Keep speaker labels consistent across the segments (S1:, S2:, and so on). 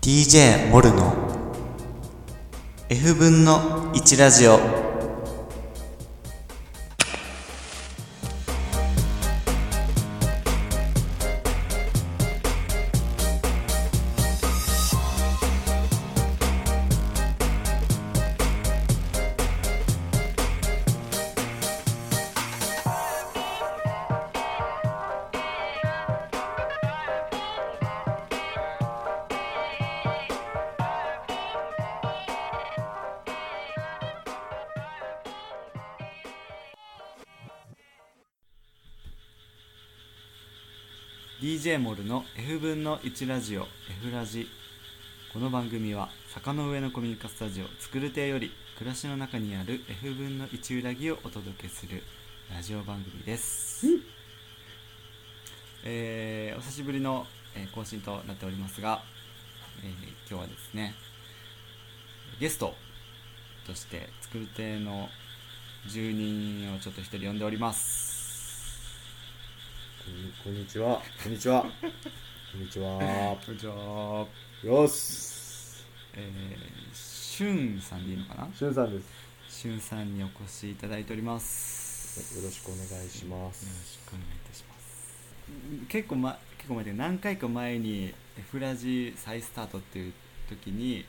S1: DJ モルの F 分の1ラジオモルの F 分の1ラジオ F ラジこの番組は坂の上の古民家スタジオ作る亭より暮らしの中にある F 分の1裏木をお届けするラジオ番組です、えーお久しぶりの、えー更新となっておりますが、えー今日はですねゲストとして作る亭の住人をちょっと一人呼んでおります
S2: こんこんにちは。こんにちは。こんにちは。
S1: こんにちは
S2: よし。
S1: えー、しゅんさんでいいのかな
S2: しゅんさんで
S1: しゅんさんにお越しいただいております
S2: す。よろしくお願いしま
S1: よろ
S2: す。
S1: しくお願いいたします結構,、ま、結構前で何回か前に「F ラジ再スタート」っていう時に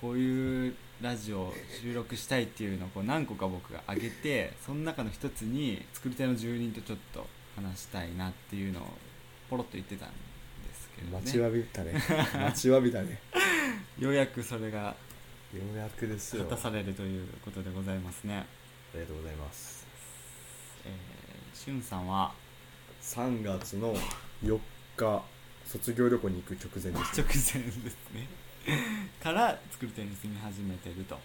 S1: こういうラジオを収録したいっていうのをこう何個か僕が挙げてその中の一つに作り手の住人とちょっと話したいなっていうのをポロッと言ってたんですけど
S2: 待ちわ
S1: ね
S2: びたね。待ちわびたね。
S1: ようやくそれが
S2: ようやくです
S1: 果
S2: よ。
S1: たされるということでございますね
S2: りがとうございます。
S1: えー、しゅんさんは
S2: 3月の4日、卒業旅行に行く直前です、
S1: 直前ですね から作り手に住み始めてると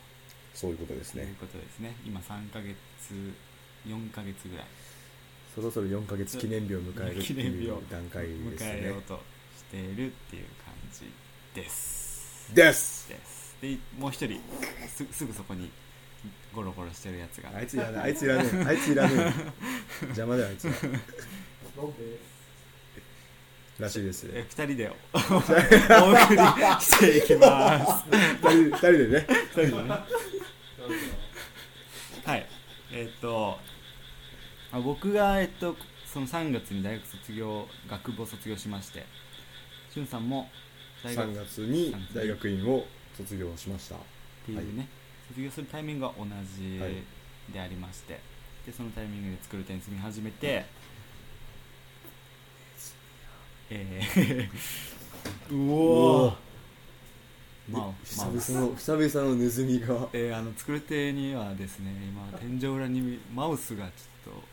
S2: そういうことです
S1: いう
S2: ね。
S1: ことですね今3ヶ月4ヶ月ぐらい
S2: そろそろ4ヶ月記念日を迎えるって
S1: 記念
S2: い
S1: 日を
S2: う段階
S1: 迎
S2: です
S1: え
S2: ね
S1: よう。としているっていう感じです
S2: です
S1: ですでもう一人すすぐそこにゴロゴロしてるやつが
S2: あいついらない、あいついらない、あいついらない。邪魔だよ、あいつは。らしいです。
S1: え2人でお お送りしていきます
S2: 二人二人でね。
S1: そうですね。はい。えーっと、あ僕が、えっと、その3月に大学卒業、学部を卒業しまして、しゅんさんも大学っ
S2: 3月に大学院を卒業しました
S1: ていうね、卒業するタイミングが同じ
S2: はい
S1: でありまして、で、そのタイミングで作る点に住み始めて、えー、うおー
S2: で
S1: まあ
S2: 久々の久々のネズミが
S1: えー、あの作る手にはですね今天井裏にマウスがちょっと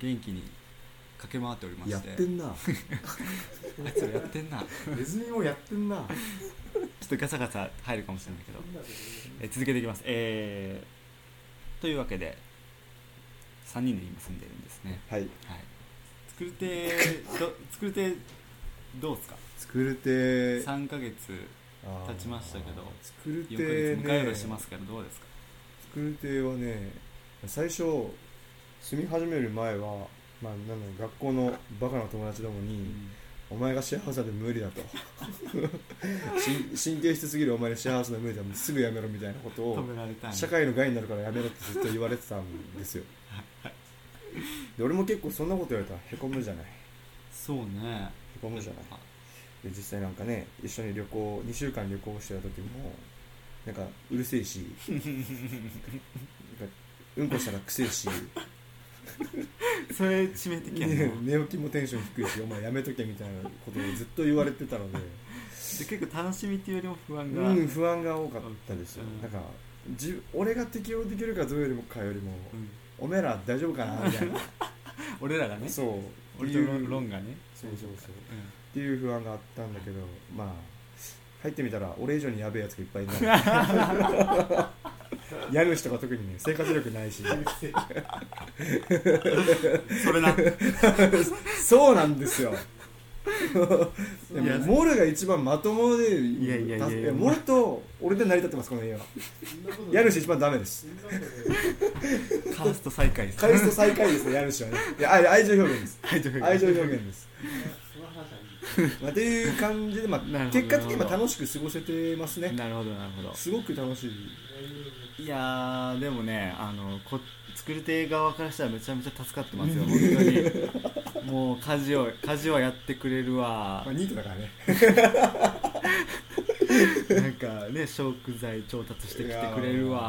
S1: 元気に駆け回っておりま
S2: や
S1: し
S2: っててんな
S1: あいつらやってんなちょ
S2: ネズミもやってんな
S1: っとガサガサ入るかもしれないけど、えー続けていきますえー、というわけで3人で今住んでるんですね
S2: はい
S1: はい作る手ど作る手どうですか
S2: 作る手
S1: 3ヶ月
S2: あー
S1: 経ちましたけど
S2: 作る
S1: 4ヶ月迎えよう
S2: 手
S1: と
S2: ね
S1: してま
S2: 作
S1: すけどどうですか
S2: る手はね最初住み始める前はまあなんだろう学校のバカな友達どもに、お前が幸せで無理だと し神経質すぎるお前が幸せな無理だもうすぐやめろみたいなことを
S1: 止められたんや
S2: 社会の害になるからやめろってずっと言われてたんですよで俺も結構そんなこと言われたらへこむじゃないへ
S1: そうね
S2: こむじゃないで実際なんかね一緒に旅行2週間旅行してた時もなんかうるせえしなんかうんこしたらくせえし
S1: それ致命的やな、
S2: ね寝起きもテンション低いしお前やめとけみたいなことをずっと言われてたので
S1: で結構楽しみっていうよりも不安が、
S2: うん不安が多かったですよ
S1: うん
S2: なんかじ俺が適応できるかどうよりもかよりも
S1: うん
S2: おめえら大丈夫かなみた いな
S1: 俺らがね
S2: そう
S1: 俺とロンロンがね、
S2: そうそうそ
S1: う
S2: うっていう不安があったんだけどまあ入ってみたら俺以上にやべえやつがいっぱい いる家主とか特にね生活 力ないし
S1: ん、それな
S2: そうなんですよ
S1: いや
S2: モルが一番まともでい
S1: いやいやいやいや
S2: モルと俺で成り立ってますこの家は家主一番ダメです
S1: カースト最下位です
S2: カイスト最下位ですね家主はね いやあ愛情表現です
S1: はいというわけ
S2: 愛
S1: で
S2: 情表現ですまあ、っていう感じで、ま
S1: なる
S2: あ、
S1: ほど
S2: 結果的に
S1: なる
S2: ま
S1: ほ
S2: あ
S1: ど
S2: 楽しく過ごせてますね
S1: なるほどなるほど
S2: すごく楽しい
S1: いやーでもねあのこ作り手側からしたらめちゃめちゃ助かってますよ本当にもう家事を家事はやってくれるわ
S2: まあ、ニートだからね
S1: なんかね食材調達してきてくれるわ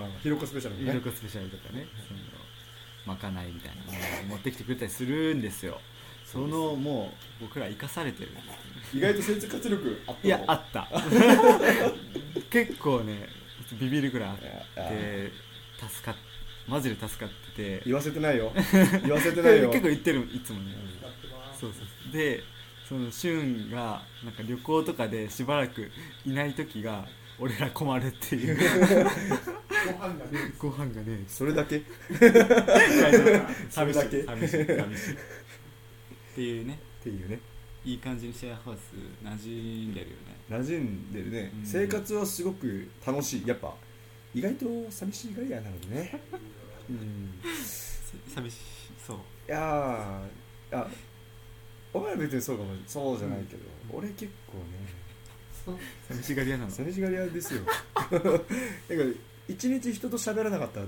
S2: まあひろこスペシャルも
S1: 魅
S2: ね
S1: 力スペシャルとかねそのまかないみたいなものを持ってきてくれたりするんですよそのもう僕ら生かされてるんですよ
S2: 意外と政治活力あったの
S1: いやあった 結構ねビビるぐらいあっ
S2: いやあ
S1: て助かっマジで助かってて
S2: 言わせてな いよ言わせてないよ
S1: 結構言ってるいつもねそうそうそうでそのシュンがなんか旅行とかでしばらくいない時 が俺ら困るっていうご飯がね
S2: それだけそれ
S1: 寂し
S2: だ
S1: い
S2: け
S1: 寂しい寂しいっていうね
S2: っていうね
S1: いい感じにシェアハウス馴染んでるよね
S2: 馴染んでるね、
S1: うん
S2: 生活はすごく楽しいやっぱ意外と寂しいがり屋なので ねうん
S1: さ寂しそう
S2: いやーあお前は別にそうかもそうじゃないけど、俺結構ね
S1: 寂しがり屋なの
S2: 寂しがり屋 ですよなんか一日人と喋らなかったら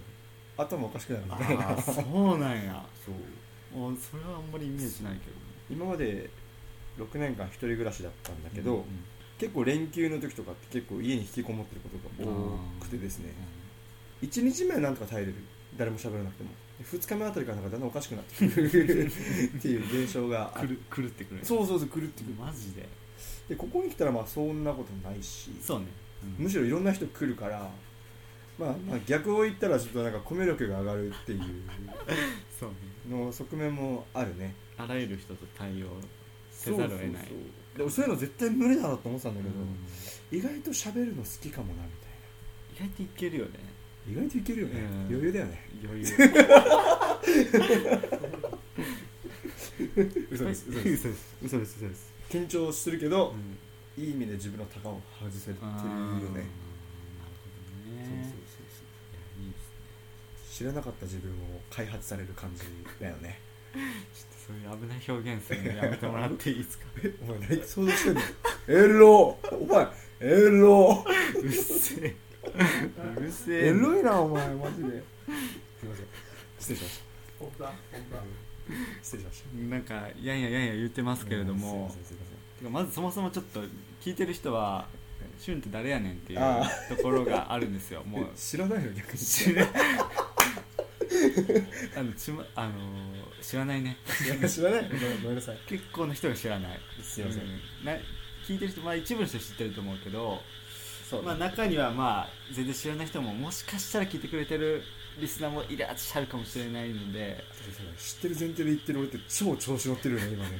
S2: 頭おかしくなるみたい
S1: あ
S2: な
S1: あそうなんや
S2: そう
S1: おそれはあんまりイメージないけどね
S2: 今まで6年間一人暮らしだったんだけど、
S1: うんうん
S2: 結構連休の時とかって結構家に引きこもってることが多くてですね1日目はなんとか耐えれる誰も喋らなくても2日目あたりからなんかだんだんおかしくなって くるっていう現象があ
S1: くるくるってくるう
S2: そうそうそう狂ってくる
S1: マジで
S2: でここに来たらまあそんなことないし
S1: そうね、
S2: む
S1: し
S2: しろいろんな人来るから、まあ、まあ逆を言ったらちょっとなんかコミュ力が上がるっていう
S1: そうね
S2: の側面もあるね
S1: あらゆる人と対応せざるを得ない
S2: そうそうそうでもそういうの絶対無理だなと思ってたんだけど、
S1: うん
S2: 意外と喋るの好きかもなみたいな
S1: 意外といけるよね
S2: 意外といけるよね、
S1: うん
S2: 余裕だよね
S1: 余裕
S2: 嘘です嘘です
S1: 嘘です嘘です
S2: 緊張するけ
S1: う
S2: ど、
S1: ん
S2: いい意味で自分の高を外せてるよ
S1: あーなる
S2: ね
S1: ほどね
S2: そ
S1: い
S2: うそうそう
S1: やいいですね
S2: そう知らなかった自分を開発される感じだよね
S1: ちょっとそういう危ない表現するのやめてもらっていいですか
S2: お前何想像してんのエロお前エロ
S1: うるせえうるせえ
S2: エロいなお前マジですいません失礼しました失礼しまし
S1: なんかやんややんや言ってま
S2: た
S1: すけれども
S2: すいませんすいませ
S1: てかまずそもそもちょっと聞いてる人は「シュンって誰やねん」っていう
S2: あ
S1: ところがあるんですよも
S2: ん
S1: う
S2: 知らないの逆に
S1: 知らあのちまあのー知らないね
S2: 知らないごめんなさい
S1: 結構な人が知らない
S2: すいません
S1: うな聞いてる人まあ一部の人知ってると思うけど、
S2: そう
S1: まあ、中にはまあ全然知らない人ももしかしたら聞いてくれてるリスナーもいらっしゃるかもしれないので
S2: 知ってる前提で言ってる俺って超調子乗ってるよね今ね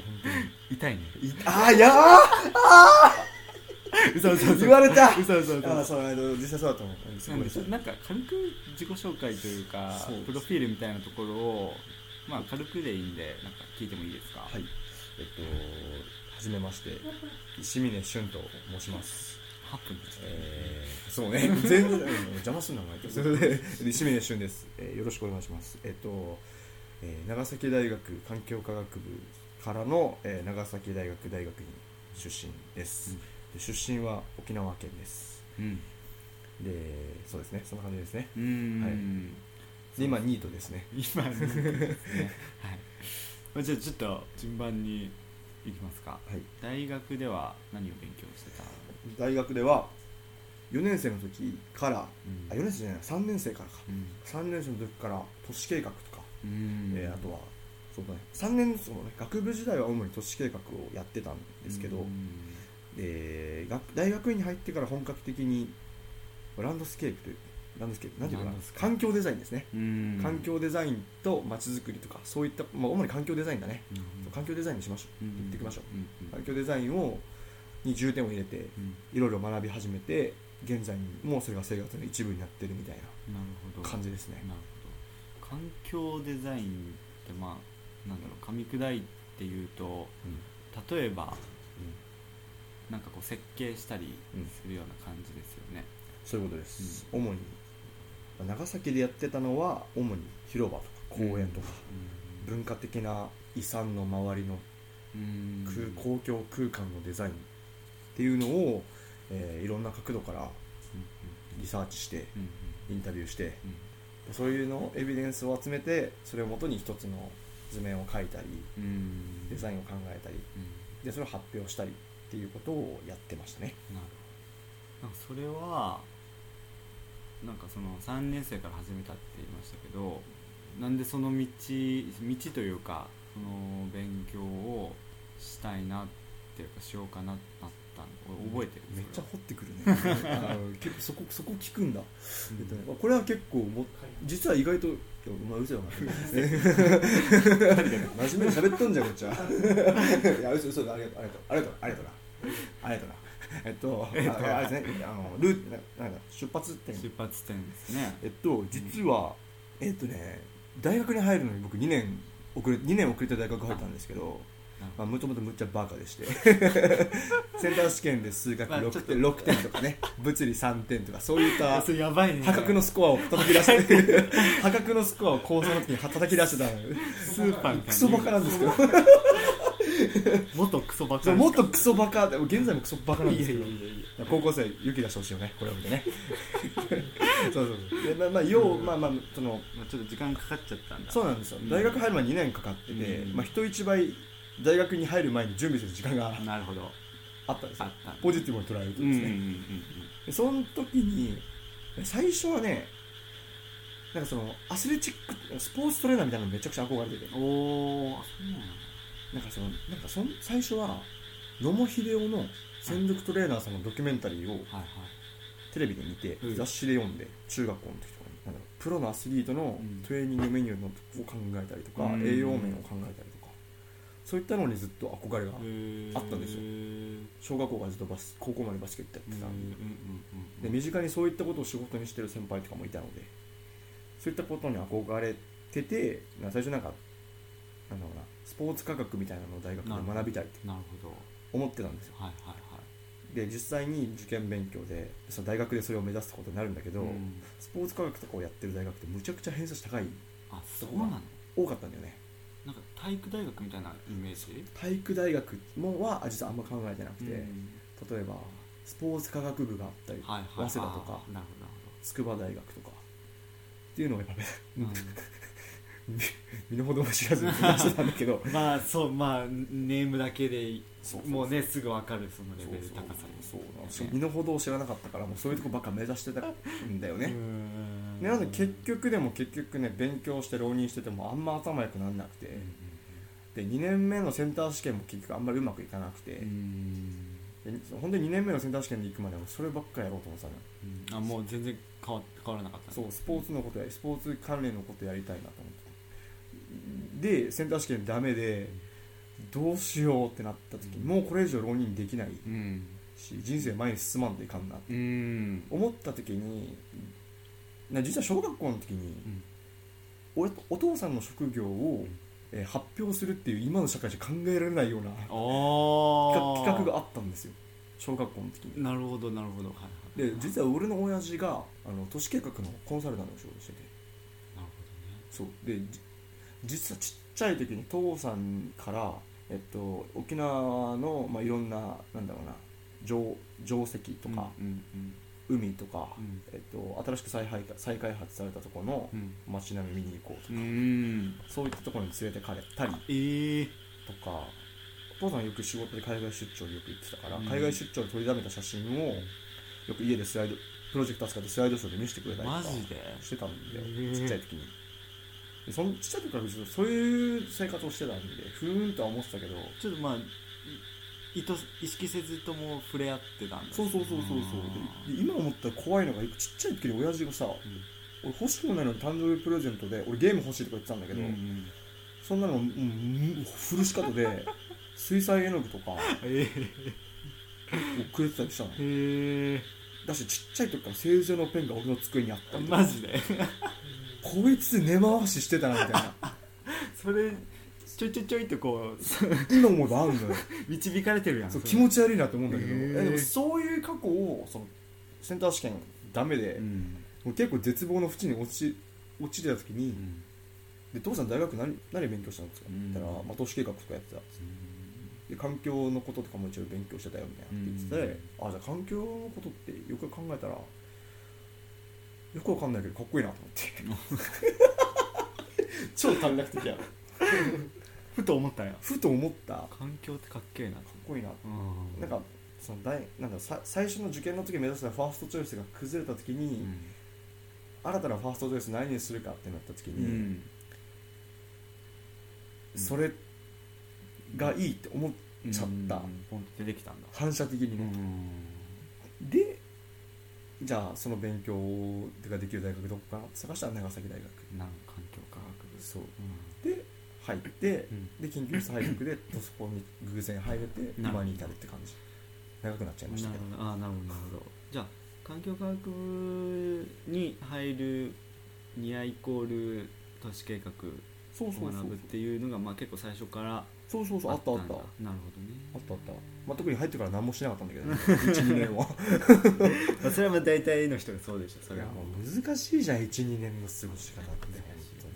S1: 痛いね
S2: 本当にいあーいやー
S1: 嘘嘘嘘
S2: 言われた
S1: 嘘嘘嘘
S2: あーそうあの実際そうだと思うす
S1: な
S2: ご
S1: ん
S2: い
S1: でちょっとなんか軽く自己紹介というか
S2: そう
S1: プロフィールみたいなところをまあ軽くでいいんでなんか聞いてもいいですか、
S2: はい、えっと、はじめま して、石峰俊と申します。
S1: 8分ですね
S2: えー、そうね、全然うん邪魔すんな、お前。それ で、石峰俊です、えーよろしくお願いします。えっと、えー長崎大学環境科学部からの、えー長崎大学大学院出身です。
S1: うん
S2: で出身は沖縄県です。
S1: うん
S2: で、そうですね、そんな感じですね。
S1: うーん、
S2: はいで、今、
S1: そう
S2: ニートですね。
S1: 今のですねはいまあじゃあちょっと順番にいきますか
S2: はい、
S1: 大学では何を勉強してた、
S2: 大学では、4年生の時から、
S1: うん
S2: あ、4年生じゃない、3年生からか。
S1: うん
S2: 3年生の時から都市計画とか、
S1: うん
S2: えーあとはそうだ、ね、3年その、ね、学部時代は主に都市計画をやってたんですけど、
S1: うん
S2: えー学大学院に入ってから本格的にランドスケープというランドスケープなんていうのか
S1: ラン
S2: な
S1: ドスケープ
S2: 環境デザインですね、
S1: うん
S2: 環境デザインとまちづくりとかそういった、まあ、主に環境デザインだね、
S1: うん
S2: 環境デザインにしましょ
S1: うん
S2: う行ってきましょう、
S1: うん
S2: 環境デザインをに重点を入れて
S1: うん
S2: いろいろ学び始めて現在にもうそれが生活の一部になってるみたい
S1: なるほ
S2: な
S1: ど
S2: 感じですね、
S1: なるほど環境デザインってまあなんだろう噛み砕いて言うと例えばなんかこう設計したりするような感じですよね、
S2: そういうことです、主に長崎でやってたのは主に広場とか公園とか、文化的な遺産の周りの
S1: うん
S2: 空公共空間のデザインっていうのを、えーいろんな角度からリサーチして
S1: うんうん
S2: インタビューして
S1: うん
S2: そういうのをエビデンスを集めてそれをもとに一つの図面を描いたり
S1: うんうん
S2: デザインを考えた
S1: う
S2: り
S1: ん
S2: でそれを発表したりっていうことをやってましたね
S1: なるほどなんかそれはなんかその3年生から始めたって言いましたけどなんでその道道というかその勉強をしたいなっていうかしようかななったの覚えてる
S2: めっち
S1: そ
S2: ゃ掘ってくるね あの結構そこそこ聞くんだ、え
S1: れ
S2: っ
S1: は
S2: とね、これは結構も実は意外といやお前嘘だな真面目に喋っとんじゃんこっちは いや嘘嘘ありがとうありがとうありがとうありがとうなありがとうなえっとああれですねあのルーななんだ出発点
S1: 出発点ですね
S2: えっと実はえっとね大学に入るのに僕2年遅れ2年遅れて大学入ったんですけど
S1: なるほ
S2: まあ、もともとむっちゃバカ でしてセンター試験で数学
S1: まあちょっ
S2: 6
S1: と
S2: 点 ,6 点とかね物理3点とかそういっ
S1: ど
S2: た
S1: それやばいね
S2: 破格のスコアを叩き出して 破格のスコアを高3の時に叩き出してたのよ
S1: スーパーみたいな
S2: クソバカなんですけど
S1: 元クソバカ
S2: そうもっとクソバカで現在もクソバカなんですけど
S1: いやいやいやいや
S2: 高校生勇気出してほしいよねこれを見 てねそうそうそうでまあまあようまあまあその
S1: まあちょっと時間かかっちゃったんだ
S2: そううなんですよ
S1: ん
S2: 大学入る前2年かかってて、
S1: うん
S2: まあ、人一倍大学に入る前に準備する時間が
S1: なるほど
S2: あったんです
S1: あ
S2: よ
S1: った
S2: ポジティブに捉えると
S1: うん
S2: で
S1: う
S2: す
S1: んうん
S2: ね、
S1: うん
S2: でその時に最初はねなんかそのアスレチックスポーツトレーナーみたいなのめちゃくちゃ憧れてて
S1: うんおおそうなんだ
S2: なんかそのなんかそん最初は野茂英雄の専属トレーナーさんのドキュメンタリーを
S1: はいはい
S2: テレビで見て、
S1: うん
S2: 雑誌で読んで中学校の時とかになんだろうプロのアスリートの
S1: うん
S2: トレーニングメニューのを考えたりとか、
S1: うん
S2: 栄養面を考えたりとかそういったのにずっと憧れがあったんですよ
S1: よ
S2: 小学校からずっとバス高校までバスケットやってたんで,、で
S1: で
S2: 身近にそういったことを仕事にしてる先輩とかもいたのでそういったことに憧れててな最初なんかなんだろうなスポーツ科学みたいなのを大学で学びたいって
S1: なるほど
S2: 思ってたんですよ
S1: はいはい
S2: で実際に受験勉強でその大学でそれを目指すことになるんだけど、
S1: はいん
S2: スポーツ科学とかをやってる大学ってむちゃくちゃ偏差値高い
S1: あそうなの
S2: 多かったんだよね
S1: なんか体育大学みたいなイメージ
S2: 体育大学もはあ実はあんま考えてなくて、
S1: うん
S2: 例えばスポーツ科学部があったり、
S1: はいはい
S2: 早稲田とか
S1: あーなるほどなる
S2: 筑波大学とかっていうのがやっ
S1: ほ
S2: ぱ
S1: ど
S2: 身の程も知らずに話してたんだけど
S1: うんまあそうまあネームだけで
S2: そう
S1: もうねすぐわかるそのレ
S2: そう
S1: ベル高さ
S2: そうそう
S1: ですね
S2: 身の程を知らなかったからもうそういうとこばっか目指してたんだよね、
S1: ね
S2: でなんで結局でも結局ね勉強して浪人しててもあんま頭良くならなくて、で2年目のセンター試験も結局あんまりうまくいかなくて、
S1: うん
S2: で本当に2年目のセンター試験に行くまではそればっかやろうと思ってたのよ
S1: うんあもう全然変わ変わらなかった
S2: そうスポーツのことやスポーツ関連のことやりたいなと思っててでセンター試験ダメでどうしようってなった時にもうこれ以上浪人できない
S1: うん
S2: し人生前に進まんといかんなって
S1: うん
S2: 思った時にな実は小学校の時に
S1: うん
S2: おお父さんの職業を、えー発表するっていう今の社会じゃ考えられないような
S1: お
S2: 企画企画があったんですよ小学校の時に。
S1: なるほどなるほどはいはい
S2: で実は俺の親父があの都市計画のコンサルタントの仕事をしてて
S1: なる
S2: そうでじ実はちっちゃい時に父さんから、えっと、沖縄の、まあ、いろんななんだろうな城城石と
S1: ほどね
S2: か、
S1: うんうん
S2: 海とか、
S1: うん
S2: えっと、新しく再配再開発されたところの
S1: うん
S2: 街並み見に行こうと
S1: う、ん
S2: そういったところに連れてかれたりと
S1: ええ
S2: かお父さんよく仕事で海外出張によく行ってたから、
S1: うん
S2: 海外出張で撮りだめた写真をよく家でスライドプロジェクト扱ってスライドショーで見せてくれたりとか
S1: マジで
S2: してたんだよ、
S1: へえ
S2: ちっちゃい時にでそのちっちゃい時からずっとそういう生活をしてたんでふーんとは思ってたけど
S1: ちょっとまあい意図意識せずとも触れ合ってたんだ
S2: そうそうそうそうそうでで今思ったら怖いのがちっちゃい時に親父がさ、俺欲しくもないのに誕生日プレゼントで俺ゲーム欲しいとか言ってたんだけ
S1: うん
S2: ど、
S1: うん
S2: そんなのもううんフル仕方で 水彩絵の具とかを
S1: え
S2: くれてたりしたの
S1: えへえ
S2: だしちっちゃい時から正常のペンが俺の机にあったりとか
S1: マジで
S2: こいつ根回ししてたなみたいな
S1: それちょいちょいちょいってこうす
S2: 今もだあんのよ
S1: 導かれてるやん
S2: そう
S1: それ
S2: 気持ち悪いなと思うんだけど、
S1: へー
S2: えでもそういう過去をそのセンター試験ダメで、
S1: うん
S2: もう結構絶望の淵に落ち落ちてた時に、
S1: うん
S2: で父さん大学何何勉強したんですか?」って言ったら、
S1: うん
S2: まあ、都市計画とかやってたで環境のこととかも一応勉強してたよみたいなって言ってて、あじゃあ環境のことってよく考えたらよくわかんないけどかっこいいなと思って 超短絡的や
S1: ふと思ったんや
S2: ふと思ったかっ
S1: 環境ってかっけえなと
S2: こいいな
S1: 思って
S2: なんかその大なんださ最初の受験の時目指したファーストチョイスが崩れた時
S1: う
S2: に、
S1: ん
S2: 新たなファーストチョイス何にするかってなった時
S1: う
S2: に、
S1: ん
S2: それがいいって思っ
S1: うん
S2: ちゃった
S1: うんポンと出てきたんだ
S2: 反射的にね、でじゃあその勉強ができる大学どこかなって探したら長崎大学
S1: なんか環境科学部
S2: そうで入って
S1: うん
S2: で研究室配属で図書庫に偶然入れて
S1: なるほど
S2: 今に至るって感じ長くなっちゃいまし
S1: な
S2: た
S1: る
S2: けど
S1: ほどあーなるほどなるほどじゃあ環境科学部に入るニアイコール都市計画を
S2: そうそうそう
S1: 学ぶっていうのがまあ結構最初から
S2: そうそうそうあったあった
S1: んだなるほ
S2: あった
S1: ど
S2: あっ
S1: ね
S2: た、まあ、特に入ってから何もしなかったんだけど、ね、12年 は
S1: まあそれはまあ大体の人がそうでしょそ
S2: い
S1: れ
S2: や
S1: は
S2: もう難しいじゃん12年の過ごし方って本当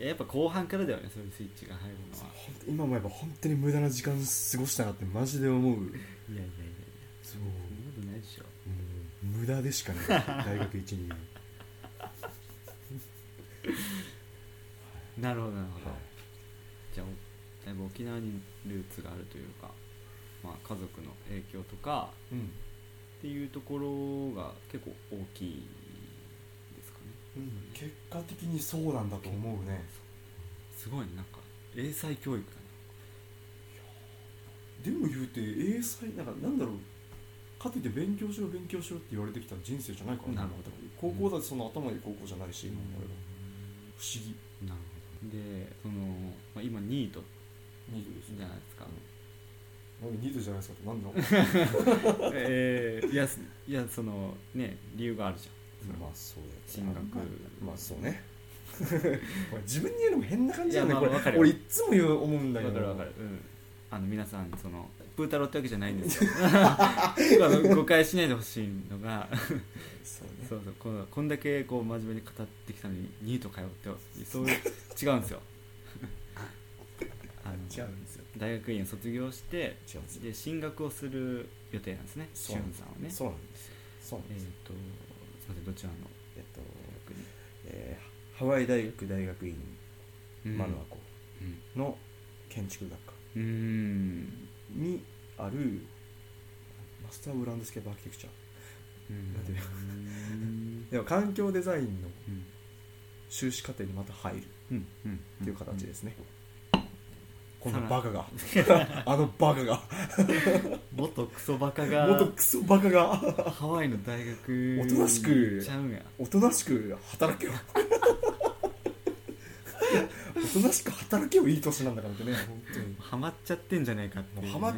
S1: い
S2: に
S1: ややっぱ後半からだよねそういうスイッチが入るのは
S2: 本当今思えば本当に無駄な時間過ごしたなってマジで思う
S1: いやいやいやいや
S2: そう
S1: そんなことないでしょ
S2: 無駄でしか ない大学1 2年
S1: なるほどなるほど、じゃあおだいぶ沖縄にルーツがあるというか、まあ、家族の影響とか
S2: うん
S1: っていうところが結構大きいですかね
S2: 結果的にそうなんだと思うね
S1: すごいねなんか英才教育だね
S2: でも言うて英才なんかなんだろうかといって勉強しろ勉強しろって言われてきた人生じゃないからね
S1: なるほど
S2: 高校だってそんな頭いい高校じゃないし、今俺は不思議
S1: なるほどでその、まあ、今ニート
S2: ニートです
S1: じゃないですか
S2: なんでニートじゃないですかっ てなんだろう
S1: え ーいやすいやそのね理由があるじゃん
S2: まあそうだよ
S1: 進学
S2: まあそうね これ自分に言うのも変な感じだ
S1: い
S2: ね
S1: やま
S2: こ
S1: あ
S2: れ
S1: わかるよ
S2: 俺いっつも言う思うんだけ
S1: わ
S2: ど
S1: かるわかるうんあの皆さんそのプータローってわけじゃないんです よあの誤解しないでほしいのが
S2: そうね
S1: そうそうこのこんだけこう真面目に語ってきたのにニートかよってそういう違うん ですよあの
S2: 違うんですよ
S1: 大学院を卒業して
S2: 違うんですよ
S1: で進学をする予定なんですねし
S2: そう
S1: ゅ
S2: なん
S1: ん
S2: です
S1: さんはね
S2: そうなんですよそうなん
S1: えっ、
S2: ですよ
S1: とすいませんどちらの
S2: えっと
S1: 大学に、
S2: えーハワイ大学大学院
S1: うん
S2: マヌアコ
S1: うん
S2: の建築学科
S1: うーん
S2: にあるマスター・オブ・ランドスケープ・アーキテクチャ
S1: うん
S2: なんていう
S1: うん
S2: では環境デザインの
S1: うん
S2: 修士課程にまた入るっ
S1: うんうん
S2: ていう形ですね、
S1: うん
S2: このバカがあのバカが
S1: 元クソバカが
S2: 元クソバカが
S1: ハワイの大学
S2: おとなしく
S1: 行っちゃうんや
S2: おとなしく働けよおとなしく働けよいい年なんだからってね本当に
S1: ハマっちゃってんじゃないかっていう、ね、
S2: もうハマっ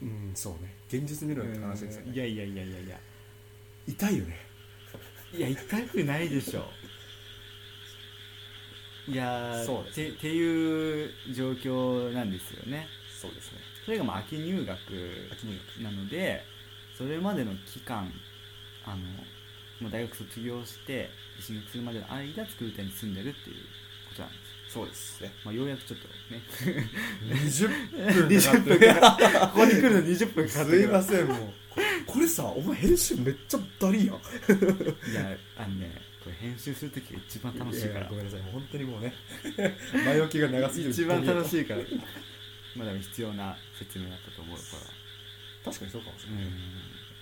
S2: うんそうね現実見ろよって話ですよ
S1: うんい
S2: ね
S1: やいやいやいやいや
S2: 痛いよね
S1: いや痛くないでしょいやー
S2: そうです
S1: てっていう状況なんですよね
S2: そうですね
S1: それがまあ秋入学
S2: 秋入
S1: なのでそれまでの期間あのまあ大学卒業して進学するまでの間作る店に住んでるっていうことなんです、
S2: そうですね
S1: まあ、ようやくちょっとね
S2: 20
S1: 20分
S2: かかっ
S1: ここに来るの20分
S2: て
S1: かかって
S2: すい
S1: る
S2: ませんもうこれさお前編集めっちゃダリーやん
S1: いやあのねこれ編集するときが一番楽しいから
S2: ややごめんなさいもう本当にもうね 前置きが長すぎる
S1: 一番楽
S2: い
S1: しいからまあでも必要な説明だったと思うこ
S2: 確かにそうかもしれ
S1: れ
S2: ない、
S1: は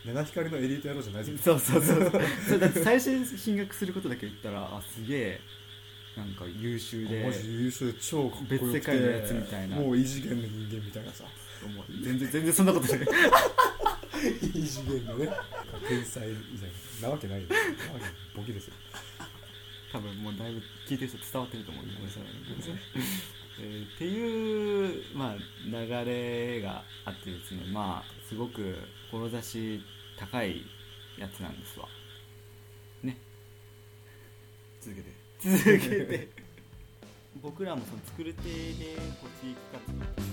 S2: 七光のエリート野郎じゃない
S1: うん
S2: ぞ
S1: そうそうそうそれだって最初に進学することだけ言ったらあすげえなんか優秀で
S2: マジ優勝で超かっこよく
S1: 別
S2: て
S1: 世界のやつみたいな
S2: もう異次元の人間みたい なさ
S1: 思う全然全然そんなことない
S2: 異次元のね天才みたいななわけないよなわけないボケですよ
S1: 多分もうだいぶ聞いてる人伝わってると思うごめんなさい えーっていう、まあ、流れがあってですねまあすごく志高いやつなんですわね
S2: 続けて
S1: 続けて僕らもその作る手でこう地域活動